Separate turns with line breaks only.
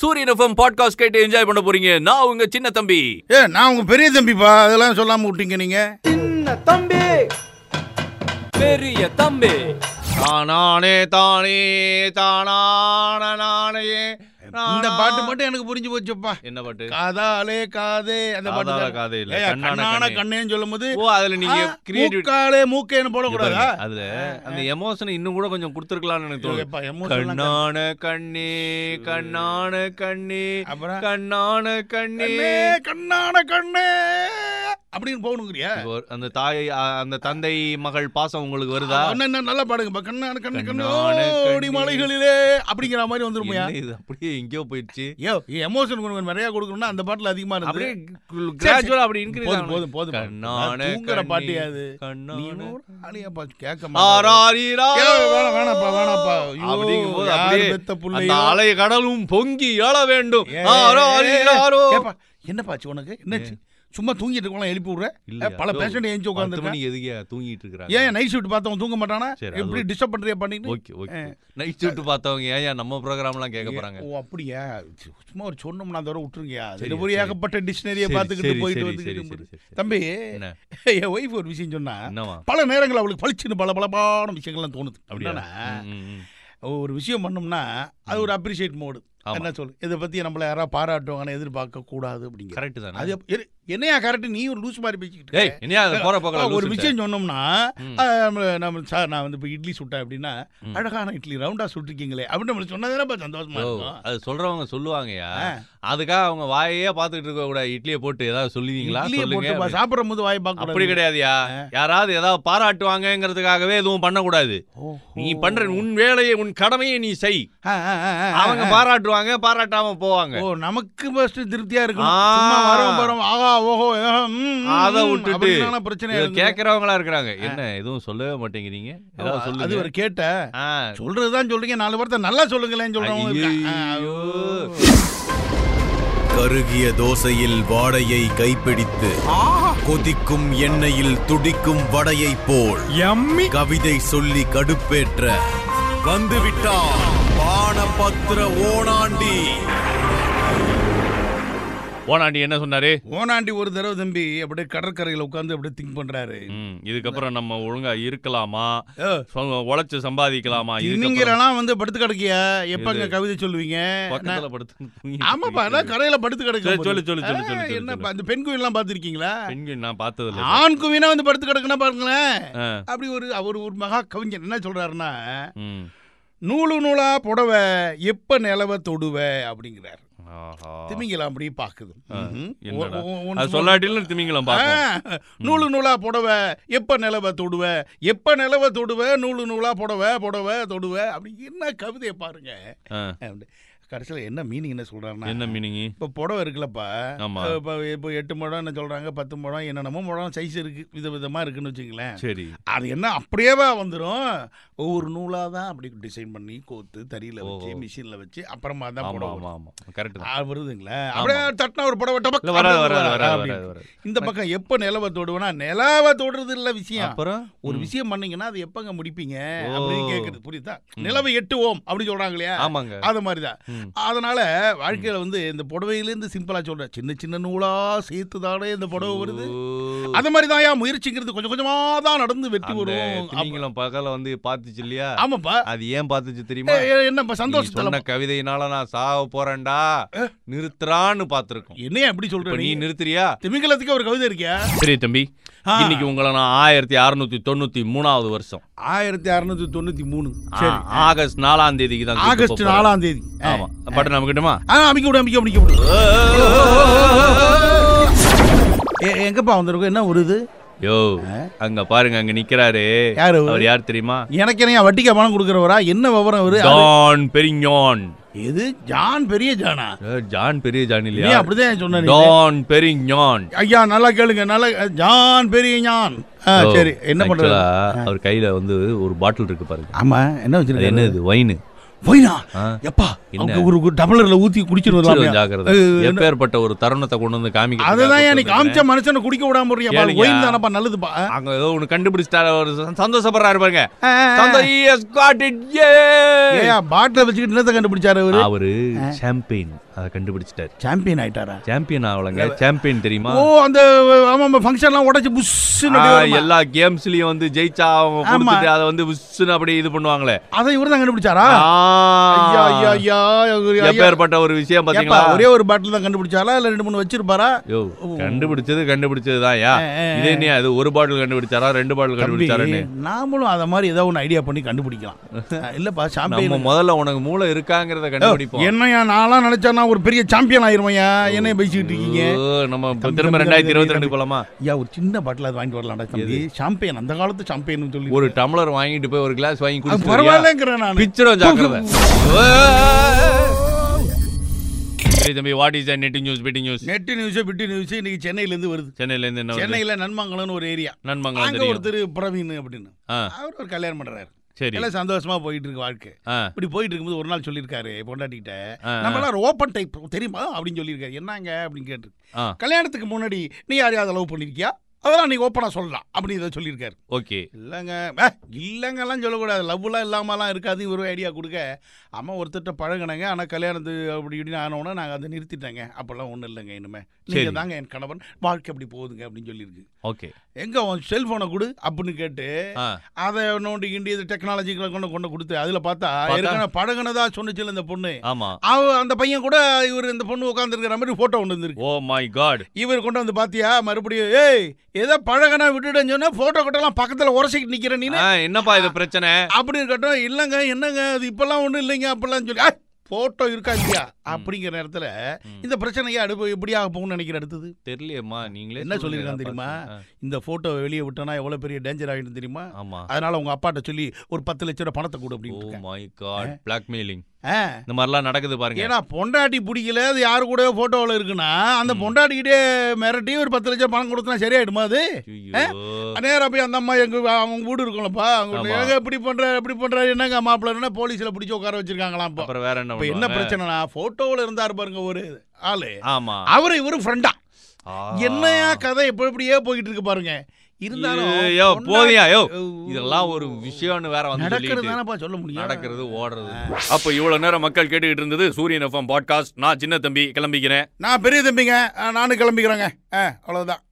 சூரியன் FM podcast கேட்டு enjoy பண்ண போறீங்க நான் உங்க சின்ன தம்பி
ஏ நான் உங்க பெரிய தம்பிப்பா அதெல்லாம் சொல்லாம விட்டீங்க நீங்க
சின்ன தம்பி
பெரிய தம்பி
தானானே தானே தானான நானே
இந்த பாட்டு மட்டும் எனக்கு புரிஞ்சு போச்சுப்பா
என்ன பாட்டு
காதாலே காதே அந்த பாட்டு
காதால
தான்.
காதே இல்ல,
ஏய்,
கண்ணான
கண்ணான
கண்ணே.
கண்ணேன்னு சொல்லும்போது
ஓ அதுல நீங்க கிரியேட்டிவ்
மூக்காலே மூக்கேன்னு போடக்கூடாதா
அதுல அந்த எமோஷனை இன்னும் கூட கொஞ்சம் கொடுத்துருக்கலாம்னு எனக்கு
ஐயோ,
தோணுது
எப்பா, emotion எல்லாம் கண்ணே.
கண்ணான கண்ணே கண்ணான கண்ணே
அப்புறம்?
கண்ணான கண்ணே
கண்ணே, கண்ணான கண்ணே அப்படின்னு போகணுங்கிறியா
இப்போ ஒரு- அந்த தாய் அ, அந்த தந்தை மகள் பாசம் உங்களுக்கு வருதா
என்ன, என்ன, நல்லா பாடுங்கப்பா கண்ணான கண்ணு
கண்ணான
கண்ணோடி
கண்ணே.
மலைகளிலே அப்படிங்கிற மாதிரி வந்துருமையா
என்ன இது அப்படியே எங்கேயோ போயிடுச்சு
ஐயோ எமோஷன் கொஞ்சம் நிறைய கொடுக்கணும்னா அந்த பாட்டுல அதிகமா இருந்து
அப்படியே கிராஜுவலா அப்படி increase
போதும்
ஆகணும்.
போதும் போதும்
கண்ணான
நான் தூங்குற
கண்ணே,
பாட்டியா அது நீ
கண்ணான
இன்னும் ஒரு ஆளையாப்பா கேட்க மாட்டேன்.
ஆராரிரா.
ஏய், வேணாம், வேணாம்ப்பா, வேணாம்ப்பா. ஐயோ,
அப்படிங்கும்போது
யார்
அப்படியே
பெத்த
அந்த
புள்ளையோ?
அலை கடலும் பொங்கி எழ வேண்டும்
ஏய்,
ஆராரிராரோ.
ஏப்பா, என்னப்பா ஆச்சு உனக்கு என்னச்சு சும்மா தூங்கிட்டு இருக்கலாம் எழுப்பி விடுற
இல்லையா?
பல
இதோ
பேஷண்ட் ஏஞ்சி
பத்து
உட்காந்துருக்கேன்
மணிக்கு எதுக்கு தூங்கிட்டு இருக்கிறாங்க?
ஏன் நைட் ஷிஃப்ட் பார்த்தவன் தூங்க மாட்டானா
சரி, அது
எப்படி
ஓகே.
டிஸ்டர்ப் பண்றியா பண்ணிட்டு
ஓகே, ஓகே. நைட் ஷிஃப்ட் பார்த்தவங்க ஏன் ஏன் நம்ம program எல்லாம் கேட்க போறாங்க?
ஓ அப்படியா சு- சும்மா ஒரு சொன்னோம்னா அதோட விட்டுருங்கயா
சரி,
இது ஒரு
சரி.
ஏகப்பட்ட டிக்ஷனரியை
சரி,
பார்த்துக்கிட்டு
சரி,
போயிட்டு
சரி, சரி,
வந்துக்கிட்டு
சரி,
இருந்துட்டு.
சரி, சரி.
தம்பி
என்ன?
என் ஒய்ஃப் ஒரு விஷயம் சொன்னா
என்னவா?
பல நேரங்கள் அவளுக்கு பளிச்சுன்னு பல பலபான விஷயங்கள்லாம் தோணுது
அப்படியா?
என்னன்னா,
ம், ம், ம்.
ஒரு விஷயம் பண்ணோம்னா அது ஒரு அப்ரிஷியேட் மோடு
ஆமா.
என்ன சொல்லு இதை பத்தி நம்மள யாராவது பாராட்டுவாங்கன்னு எதிர்பார்க்க கூடாது அப்படிங்கிற
Correct தானே?
அது எப்~ இரு- என்னையா கரெக்ட் நீ ஒரு லூஸ் மாதிரி பேசிக்கிட்டு
ஏய்,
இருக்க?
என்னையா அது போற போக்குல
ஒரு
லூசுட்ட?
விஷயம் சொன்னோம்னா
ம்.
அது நம்ம நம்ம சார் நான் வந்து இப்போ இட்லி சுட்டேன் அப்படின்னா அழகான இட்லி ரவுண்டா சுட்டிருக்கீங்களே அப்படின்னு நம்மளுக்கு சொன்னதானே சந்தோஷமா
ஓ,
இருக்கும்
அது சொல்றவங்க சொல்லுவாங்கயா
ஆ.
அதுக்காக அவங்க வாயே பாத்துக்கிட்டு இருக்க கூடாது இட்லியை போட்டு ஏதாவது சொல்லுவீங்களா
இட்லியை
சொல்லுங்க
போட்டு பா-
அப்படின்னு.
சாப்பிடும் போது வாய் பார்க்க
அப்படி கிடையாதுயா யாராவது ஏதாவது பாராட்டுவாங்கங்கிறதுக்காகவே எதுவும் பண்ணக்கூடாது நீ பண்ற உன் வேலையை உன் கடமையை நீ செய் அவங்க பாராட்டுவாங்க பாராட்டாம போவாங்க
ஓ நமக்கு ஃபர்ஸ்ட் திருப்தியா இருக்கும்
ஆ.
சும்மா வரோம் வரோம் ஆகா ஓஹோ ஏஹா, ம், ம்,
அதை
ம்,
விட்டுட்டு
அப்படின்னாலாம் பிரச்சனை
இதை
இருக்குது.
கேக்குறவங்களா இருக்கிறாங்க என்ன எதுவும் சொல்லவே மாட்டேங்கிறீங்க ஏதாவது
அது
சொல்லுங்க
ஒரு கேட்ட
ஆ.
சொல்றதுதான் சொல்றீங்க நாலு வார்த்தை நல்லா சொல்லுங்களேன்னு சொல்றவங்க இருக்காங்க. ஆ,
ஐயையோ.
கருகிய தோசையில் வாடையை கைப்பிடித்து கொதிக்கும் எண்ணெயில் துடிக்கும் வடையைப் போல் எம்மி கவிதை சொல்லி கடுப்பேற்ற வந்துவிட்டான் பானபத்திர ஓணாண்டி
ஓனாண்டி என்ன சொன்னாரு
ஓனாண்டி ஒரு தடவை தம்பி அப்படியே கடற்கரையில உட்கார்ந்து அப்படியே திங்க் பண்றாரு
ம், இதுக்கப்புறம் நம்ம ஒழுங்கா இருக்கலாமா
ஏ,
சொ- உழைச்சு சம்பாதிக்கலாமா இதுக்கப்புறம்
திமிங்கலம் வந்து படுத்து கிடக்கியா எப்பங்க கவிதை சொல்லுவீங்க
பக்கத்துல படுத்து தூங்கிட்டு
ஆமாப்பா
இருக்கீங்க.
அதான் கரையில படுத்து கிடக்கு
சரி, சொல்லு, சொல்லு, சொல்லு,
ஆ,
சொல்லு, சொல்லு,
என்னப்பா இந்த பெண் குயிலாம் பாத்திருக்கீங்களா
பெண்கள் நான் பார்த்தது இல்ல
ஆண் குவினா வந்து படுத்து கிடக்குன்னா பாருங்களேன்
ஆ,
அப்படி ஒரு அவர் ஒரு மகா கவிஞர் என்ன சொல்றாருன்னா
ம்.
நூலு நூலா புடவ எப்ப நிலவ தொடுவ அப்படிங்கிறார்
ஆஹா.
திமிங்கலாம் அப்படியே பாக்குது ம்ஹும்.
என்னடா?
ஒ- ஒ- ஒ-
அது சொல்லாட்டிலும் திமிங்கலம் பார்க்கும்
ஆ, நூலு நூலா புடவ எப்ப நிலவ தொடுவ எப்ப நிலவ தொடுவ நூலு நூலா புடவ புடவ தொடுவ அப்படி என்ன கவிதையை பாருங்க
ஆ,
அப்படி. கடைசியில என்ன மீனிங் என்ன
என்ன
சொல்றாருன்னா
மீனிங்
இப்போ புடவை இருக்குல்லப்பா
ஆமா.
இப்போ இப்போ எட்டு முழம் என்ன சொல்றாங்க பத்து முழம் என்னென்னமோ முழம் சைஸ் இருக்கு வித விதமா இருக்குன்னு வச்சுங்களேன்
சரி
அது என்ன அப்படியேவா வந்துடும் ஒவ்வொரு நூலா தான் அப்படி டிசைன் பண்ணி கோத்து தறியில வச்சு
ஓஹோ.
மிஷின்ல வச்சு அப்புறமா தான்
ஆமா
புடவை
ஆமா
வரும்.
ஆமா கரெக்ட்
ஆ, வருதுங்களா அப்படியே தட்டினா ஒரு புடவை டபக்
இல்ல வராது
அப்படியே
வராது
வரும்.
வராது
அப்படி.
வராது வராது
இந்த பக்கம் எப்போ நிலவை தொடுவேனா நிலாவை தொடுறது இல்ல விஷயம்
அப்புறம்
ஒரு
ம்,
விஷயம் பண்ணீங்கன்னா அது எப்பங்க முடிப்பீங்க
ஓ.
அப்படின்னு கேட்கறது புரியுதா
ம்.
நிலவை எட்டு ஓம் அப்படி சொல்றாங்க இல்லையா
ஆமாங்க
அது மாதிரிதான்
ம்,
அதனால வாழ்க்கையில வந்து இந்த புடவையிலேருந்து சிம்பிளா சொல்றேன் சின்ன சின்ன நூலா சேர்த்து தானே இந்த புடவை வருது
ஓ.
அந்த மாதிரி தான் ஏன் முயற்சிங்கிறது கொஞ்சம் கொஞ்சமா தான் நடந்து வெற்றி
அந்த
வரும் அப்ப-
திமிங்கலம் பக்கத்துல வந்து பாத்துச்சு இல்லையா
ஆமாப்பா
அது ஏன் பாத்துச்சு தெரியுமா
ஏ, ஏ, என்னப்பா
நீ
சந்தோஷத்துல
சொன்ன கவிதையினால நான் சாக போறேன்டா நிறுத்துறான்னு பாத்துருக்கோம்
என்னையா எப்படி
இப்ப
சொல்ற
நீ
நீ
நிறுத்துறியா
திமிங்கலத்துக்கு ஒரு கவிதை இருக்கியா
சரி தம்பி
ஆ.
இன்னைக்கு உங்களை நான் ஆயிரத்தி அறுநூத்தி தொண்ணூத்தி மூணாவது வருஷம்
ஆயிரத்தி அறுநூத்தி தொண்ணூத்தி மூணு
ஆ, ஆகஸ்ட் நாலாம் தேதிக்கு தான் கூட்டு
ஆகஸ்ட்
போப் போறேன்.
நாலாம் தேதி
ஆமா பட்டு நமக்கிட்டுமா
ஆனா அமைக்க விடு அமைக்க முடிக்க விடு எ- எங்கப்பா வந்திருக்கோம் என்ன ஒரு இது
யோ அங்க பாருங்க அங்க நிக்கிறாரு
யாரு அவரு?
அவர் யார் தெரியுமா
எனக்கு என்ன வட்டிக்கா பணம் கொடுக்குறவரா என்ன விவரம் அவரு அது-
டான் பெரிஞ்சான்
எது ஜான் பெரிய ஜானா
ஜான் பெரிய ஜான்
நீ
இல்லையா
அப்படிதான் சொன்ன நீ.
டான் பெரிஞ்சான்
ஐயா நல்லா கேளுங்க நல்லா ஜான் பெரிய ஞான் ஆ, சரி என்ன பண்றது
அவர் கையில வந்து ஒரு பாட்டில் இருக்கு பாருங்க
ஆமா என்ன
அது
வச்சிருக்க
என்ன இது வைனு
வைனா
ஆ.
எப்பா
என்ன?
அவங்க ஒரு ஒரு டம்ளர்ல ஊத்தி குடிச்சிட்டு
குடிச்சிருவேன்
வரலாம்
ஜாக்கிரதை எப்பேற்பட்ட ஒரு தருணத்தை கொண்டு வந்து காமிக்க
அதுதான் நீ காமிச்ச மனுஷனை குடிக்க விடாம போறியா
கேளுங்க.
ஒயின் தானப்பா நல்லதுப்பா
அங்க ஏதோ ஒண்ணு கண்டுபிடிச்சிட்டாரு ஒரு சந்~ சந்தோஷப்படுறாரு பாருங்க
ஆ, ஆ, ஆ.
சந்தோ- he has got it, yay!
ஏயா பாட்டில வச்சுக்கிட்டு என்னத்தை கண்டுபிடிச்சாரு அவரு
அவரு சாம்பியன் அதை கண்டுபிடிச்சிட்டாரு
சாம்பியன் ஆயிட்டாரா
சாம்பியன் ஆகலங்க சாம்பியன் தெரியுமா
ஓ அந்த ஆமா ஆமா ஃபங்க்ஷன் எல்லாம் உடைச்சு புஷ்னு
ஆ, எல்லா கேம்ஸ்லயும் வந்து ஜெயிச்சா அவங்க
ஆமா.
கொடுத்துட்டு அதை வந்து விசுன்னு அப்படியே இது பண்ணுவாங்களே
அதை இவர்தான் தான் கண்டுபிடிச்சாரா
ஆ.
ஐயா ஐயா ஐயா ஐயா, ஐயா.
எப்பேற்பட்ட ஒரு விஷயம்
ஏப்பா,
பாத்தீங்களா
ஒரே ஒரு பாட்டில் தான் கண்டுபிடிச்சாரா இல்ல ரெண்டு மூணு வச்சிருப்பாரா
யோ கண்டுபிடிச்சது கண்டுபிடிச்சதுதான் யா
ஆ, ஆ, ஆ.
இது என்ன அது ஒரு பாட்டில் கண்டுபிடிச்சாரா ரெண்டு பாட்டில்
தம்பி,
கண்டுபிடிச்சாருன்னு
நாமளும் அத மாதிரி ஏதாவது ஒன்று ஐடியா பண்ணி கண்டுபிடிக்கலாம் அஹ், இல்லப்பா
நம்ம
சாம்பியன்
முதல்ல உனக்கு மூளை இருக்காங்கிறத கண்டுபிடிப்போம்
என்னையா நான்லாம் நினைச்சேன்னா ஒரு பெரிய சாம்பியன் ஆயிருமையா என்னைய பேசிக்கிட்டு இருக்கீங்க
ஓ, நம்ம இப்ப
தம்பி,
திரும்ப
தம்பி,
ரெண்டாயிரத்தி இருபத்தி ரெண்டு
தம்பி.
போலாமா
ஐயா ஒரு சின்ன பாட்டில் அது வாங்கிட்டு வரலாம்டா தம்பி சாம்பியன் அந்த காலத்து சாம்பியன் சொல்லி
ஒரு டம்ளர் வாங்கிட்டு போய் ஒரு கிளாஸ் வாங்கி
அது
குடிச்சு
பரவாயில்லங்கிறேன் நான்
பிச்சிரும் ஜாக்கிரதை ஏய் தம்பி what is net news PT news
net news bit news இன்னைக்கு சென்னையில இருந்து வருது
சென்னையில இருந்து என்ன வருது?
சென்னையில நன்மங்கலம்னு ஒரு ஏரியா
நன்மங்கலம்
அங்க
தெரியும்
ஒருத்தர் பிரவீன் அப்படின்னு
ஆ,
அவர் ஒரு கல்யாணம் பண்றாரு
சரி
எல்லாம் சந்தோஷமா போயிட்டு இருக்கு வாழ்க்கை
ஆ,
இப்படி போயிட்டு இருக்கும்போது ஒரு நாள் சொல்லியிருக்காரு பொண்டாட்டிகிட்ட
ஆ.
நம்மளாம் ஓப்பன் டைப் தெரியுமா அப்படின்னு சொல்லியிருக்காரு என்னங்க அப்படின்னு கேட்டு
ஆ
கல்யாணத்துக்கு முன்னாடி நீ யாரையாவது லவ் பண்ணிருக்கியா அதெல்லாம் நீ ஓப்பனாக சொல்லலாம் அப்படின்னு இதை சொல்லியிருக்காரு
ஓகே
இல்லைங்க ஏ, இல்லைங்கெல்லாம் சொல்லக்கூடாது லவ்லாம் இல்லாமலாம் இருக்காது இவரு ஐடியா கொடுக்க அம்மா ஒருத்தர்ட்ட பழகுனங்க ஆனால் கல்யாணத்து அப்படி இப்படின்னு ஆனோன்னா நாங்கள் அதை நிறுத்திட்டேங்க அப்போல்லாம் ஒன்றும் இல்லைங்க இனிமே
சரி.
நீங்கள் தாங்க என் கணவன் வாழ்க்கை அப்படி போகுதுங்க அப்படின்னு சொல்லியிருக்கு
ஓகே
எங்கே உன் செல்ஃபோனை கொடு அப்படின்னு கேட்டு
ஆ
அதை நோண்டி கிண்டி இது டெக்னாலஜிகளை கொண்டு கொண்டு கொடுத்து அதில் பார்த்தா
பார்த்தா?
ஏற்கனவே பழகுனதா சொன்னுச்சுல இந்த பொண்ணு
ஆமா
அவ அந்த பையன் கூட இவர் இந்த பொண்ணு உட்காந்துருக்கிற மாதிரி ஃபோட்டோ ஒன்று இருந்திருக்கு
ஓ மை காட்
இவர் கொண்டு வந்து பாத்தியா மறுபடியும் ஏய் ஏதோ பழகனா விட்டுட்டேன்னு சொன்னா போட்டோ கட்டெல்லாம் பக்கத்துல உரசிக்கிட்டு நிக்கிற நீ
என்னப்பா இது பிரச்சனை
அப்படி இருக்கட்டும் இல்லங்க என்னங்க அது இப்பெல்லாம் ஒண்ணும் இல்லைங்க அப்படிலாம் சொல்லி போட்டோ இருக்கா இல்லையா அப்படிங்கிற நேரத்துல
ம்.
இந்த பிரச்சனையே அடுப்பு எப்படியாக போகும்னு நினைக்கிற அடுத்தது
தெரியலையேம்மா நீங்களே
என்ன
சொல்லுங்க,
சொல்லியிருக்கான்
நான்
தெரியுமா?
பார்த்தேன்.
இந்த போட்டோவை வெளியே விட்டோன்னா எவ்வளவு பெரிய டேஞ்சர் ஆகிடும் தெரியுமா
ஆ, ஆமா
அதனால உங்க அப்பாட்ட சொல்லி ஒரு பத்து லட்ச ரூபா பணத்தை கொடு
ஓ
அப்படின்னு இருக்காங்க.
மை காட் பிளாக்மெயிலிங்
ஆ.
இந்த மாதிரிலாம் நடக்குது பாருங்க
ஏன்னா பொண்டாட்டி பிடிக்கல அது யாரு கூட போட்டோவில் இருக்குன்னா அந்த
ம்.
பொண்டாட்டிக்கிட்டே மிரட்டி ஒரு பத்து லட்சம் பணம் கொடுத்தா சரியாயிடுமா அது
ஐயோ
நேரம் போய் அந்த அம்மா எங்க அவங்க வீடு இருக்கும்லப்பா அவங்க வீட்டுல,
ஆமா.
ஏங்க இப்படி பண்றாரு இப்படி பண்றாரு என்னங்க மாப்பிள்ளை போலீஸ்ல பிடிச்சு உட்கார வச்சிருக்காங்களாம் இப்போ
அப்புறம் வேற என்ன
இப்ப என்ன
பண்ணுவாங்க?
பிரச்சனைனா போட்டோல இருந்தாரு பாருங்க ஒரு ஆளு
ஆமா
அவரு இவரு ஃப்ரெண்டா
ஆ.
என்னையா கதை இப்ப இப்படியே போயிட்டு இருக்கு பாருங்க இருந்தாலும்
ஐயோ,
பொண்டாட்டி-
போதியா யோ இதெல்லாம் ஒரு விஷயம்னு வேற வந்து
நடக்கிறது
சொல்லிட்டு
தானப்பா சொல்ல முடியும்
நடக்கிறது ஓடுறது
அப்ப இவ்வளவு நேரம் மக்கள் கேட்டுக்கிட்டு இருந்தது சூரியன் எஃப்எம் பாட்காஸ்ட் நான் சின்ன தம்பி கிளம்பிக்கிறேன்
நான் பெரிய தம்பிங்க ஆ, நானும் கிளம்பிக்கிறேங்க ஆ, அவ்வளவுதான்